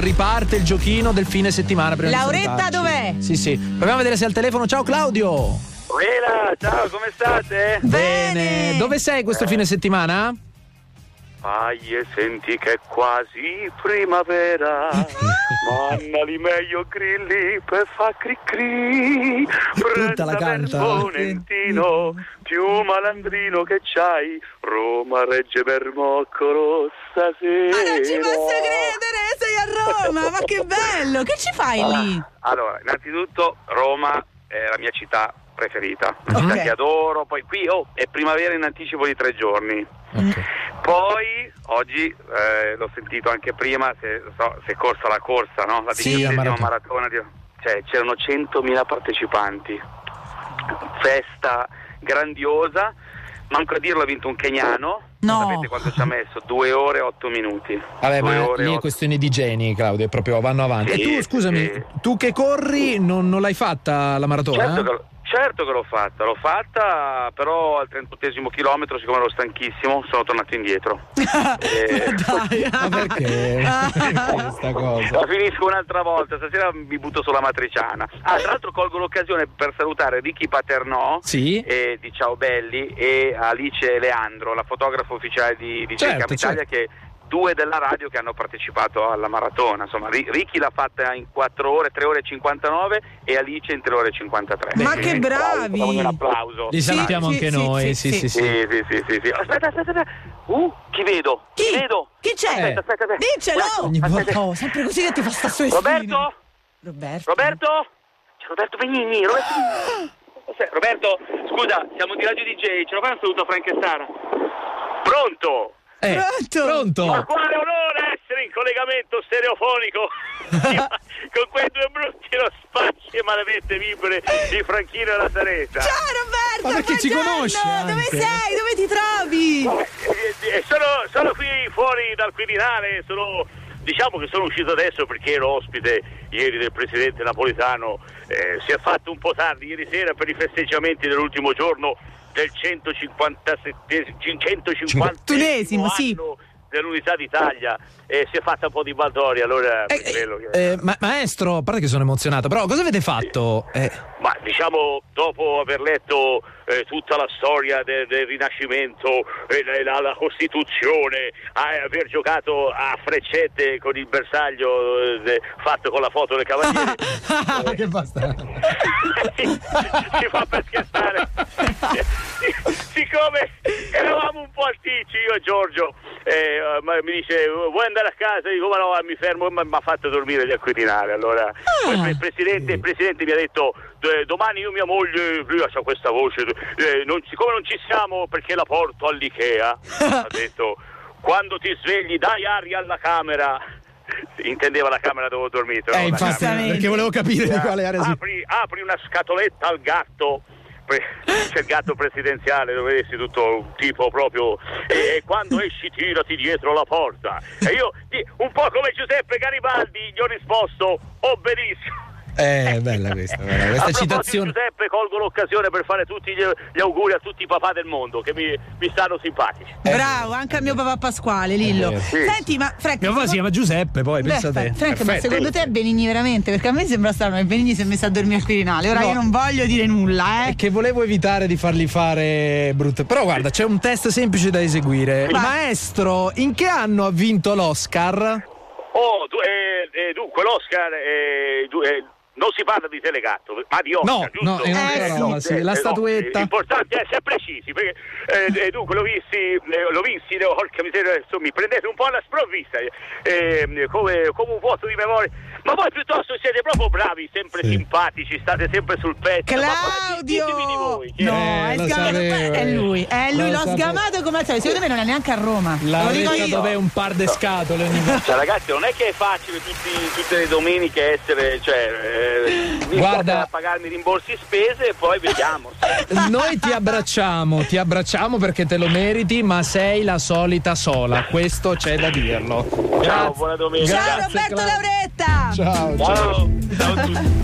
Riparte il giochino del fine settimana. prima di Lauretta salutarci. dov'è? Sì, sì. Proviamo a vedere se è al telefono. Ciao Claudio. Buena, ciao, come state? Bene. Dove sei questo fine settimana? Fai e senti che è quasi primavera. Manna di meglio grilli per fa cri cri. Tutta la Brezza del canta. Ponentino, più malandrino che c'hai. Roma regge per moccolo stasera. Ma non Ah, ci posso credere, sei a Roma, ma che bello! Che ci fai lì? Allora, innanzitutto Roma è la mia città preferita, una Ok. città che adoro, poi qui oh, è primavera in anticipo di tre giorni. Poi oggi eh, l'ho sentito anche prima, se, so, se è corsa la corsa, no? La Sì, diciassettesima la maratona. maratona di- cioè, c'erano 100.000 partecipanti, festa grandiosa, manco a dirlo ha vinto un keniano, No. sapete quanto ci ha messo? Due ore e otto minuti. Vabbè, Due ma ore lì e è otto- questione di geni, Claudio, è proprio vanno avanti. e Sì, tu, scusami, sì. tu che corri non, non l'hai fatta la maratona? Certo che, l'ho- certo che l'ho fatta, l'ho fatta, però al 38 chilometro, siccome ero stanchissimo, sono tornato indietro. Eh. Ma dai. Ma perché? Perché sta cosa? La finisco un'altra volta, stasera mi butto sulla matriciana. Ah, tra l'altro colgo l'occasione per salutare Ricky Paternò Eh. Sì? eh, di Ciao Belli e Alice Leandro, la fotografa ufficiale di, di Certo, Cercam Italia, che due della radio che hanno partecipato alla maratona. Insomma, Ri- Ricky l'ha fatta in 4 ore, 3 ore e 59 e Alice in 3 ore e 53. Ma Quindi che un applauso, bravi! facciamogli Un applauso. Li Sì, salutiamo sì, anche sì, noi, sì, sì, sì, sì. sì. Sì, sì, sì, sì, sì. Aspetta, aspetta, aspetta. Uh, chi vedo? Chi? vedo? Chi c'è? Aspetta, aspetta, aspetta. Diccelo! Ogni volta- Oh, sempre così che ti fa sta sua Roberto? Roberto? Roberto? C'è Roberto Benigni, Roberto Benigni. Ah! Se- Roberto, scusa, siamo di Radio DJ, ce lo fai un saluto a Frank e Sara? Pronto? Eh, Pronto? Ma pronto? quale onore essere in collegamento stereofonico con quei due brutti lo spacchi e maledette vibre di Franchino e la Sareta. Ciao Roberto! Ma perché ci buongiorno! conosce anche? Dove sei? Dove ti trovi? Eh, eh, sono, sono qui fuori dal Quirinale, sono, diciamo che sono uscito adesso perché ero ospite ieri del presidente napolitano, eh, si è fatto un po' tardi ieri sera per i festeggiamenti dell'ultimo giorno del 157 150 Tunesimo, sì. anno dell'unità d'Italia e si è fatta un po' di baldoria allora per Eh, eh, quello che... eh, ma- maestro, a parte che sono emozionato, però cosa avete fatto? Eh, Ma diciamo, dopo aver letto eh, tutta la storia del, del Rinascimento e la, la- la Costituzione, a- aver giocato a freccette con il bersaglio eh, de- fatto con la foto del cavaliere, che basta. si, si fa per scherzare. Siccome eravamo un po' altici, io e Giorgio, eh, ma mi dice vuoi andare a casa? Dico ma no, mi fermo, ma mi ha fatto dormire gli acquirinale. Allora il, il presidente, il presidente mi ha detto "Eh, domani io e mia moglie, lui ha questa voce, eh, non- siccome non ci siamo perché la porto all'Ikea, ha detto quando ti svegli dai aria alla camera. Intendeva la camera dove ho dormito. no? Eh, La infatti, camera. perché volevo capire di Ah, quale area si apri, apri una scatoletta al gatto. Pre- C'è il gatto presidenziale dove vedi tutto un tipo proprio e, e quando esci tirati dietro la porta e io di- un po' come Giuseppe Garibaldi gli ho risposto obbedisco Eh, bella questa, bella. a questa proposito, citazione. Giuseppe colgo l'occasione per fare tutti gli, gli auguri a tutti i papà del mondo che mi, mi stanno simpatici Bravo, anche a mio papà Pasquale, Lillo. Eh, sì. Senti, ma Frank... Mio papà si chiama Giuseppe, poi Beh, pensate. Frank, ma secondo te è Benigni veramente? Perché a me sembra strano che Benigni si è messo a dormire al Quirinale. Ora No. io non voglio dire nulla, È eh. che volevo evitare di fargli fare brutte. Però guarda, c'è un test semplice da eseguire. Vai. Maestro, in che anno ha vinto l'Oscar? oh du- eh, eh, dunque l'Oscar eh, du- eh, non si parla di telegatto ma di Oscar No, giusto? no, è un'altra Eh, roba, sì, la no, statuetta. eh, importante essere precisi perché eh, eh, dunque l'ho visti eh, l'ho visti eh, porca miseria insomma mi prendete un po' alla sprovvista eh, eh, come, come un vuoto di memoria ma voi piuttosto siete proprio bravi sempre simpatici state sempre sul pezzo ma poi Claudio! ditemi di voi che- no, Eh, è lo sgamato. sapevo, È eh. lui, è lui, Lo l'ho sapevo. sgamato come al solito. Secondo me non è neanche a Roma. La Lo dico retta io. dove è un par de scatole ogni volta. Cioè, ragazzi, non è che è facile tutti- tutte le domeniche essere, cioè, eh, mi Guarda. state a pagarmi rimborsi spese e poi vediamo. Noi ti abbracciamo, ti abbracciamo perché te lo meriti, ma sei la solita sola, questo c'è da dirlo. Ciao, buona domenica. Ciao Grazie, Roberto Claudio. Lauretta! Ciao, ciao. Ciao, ciao a tutti.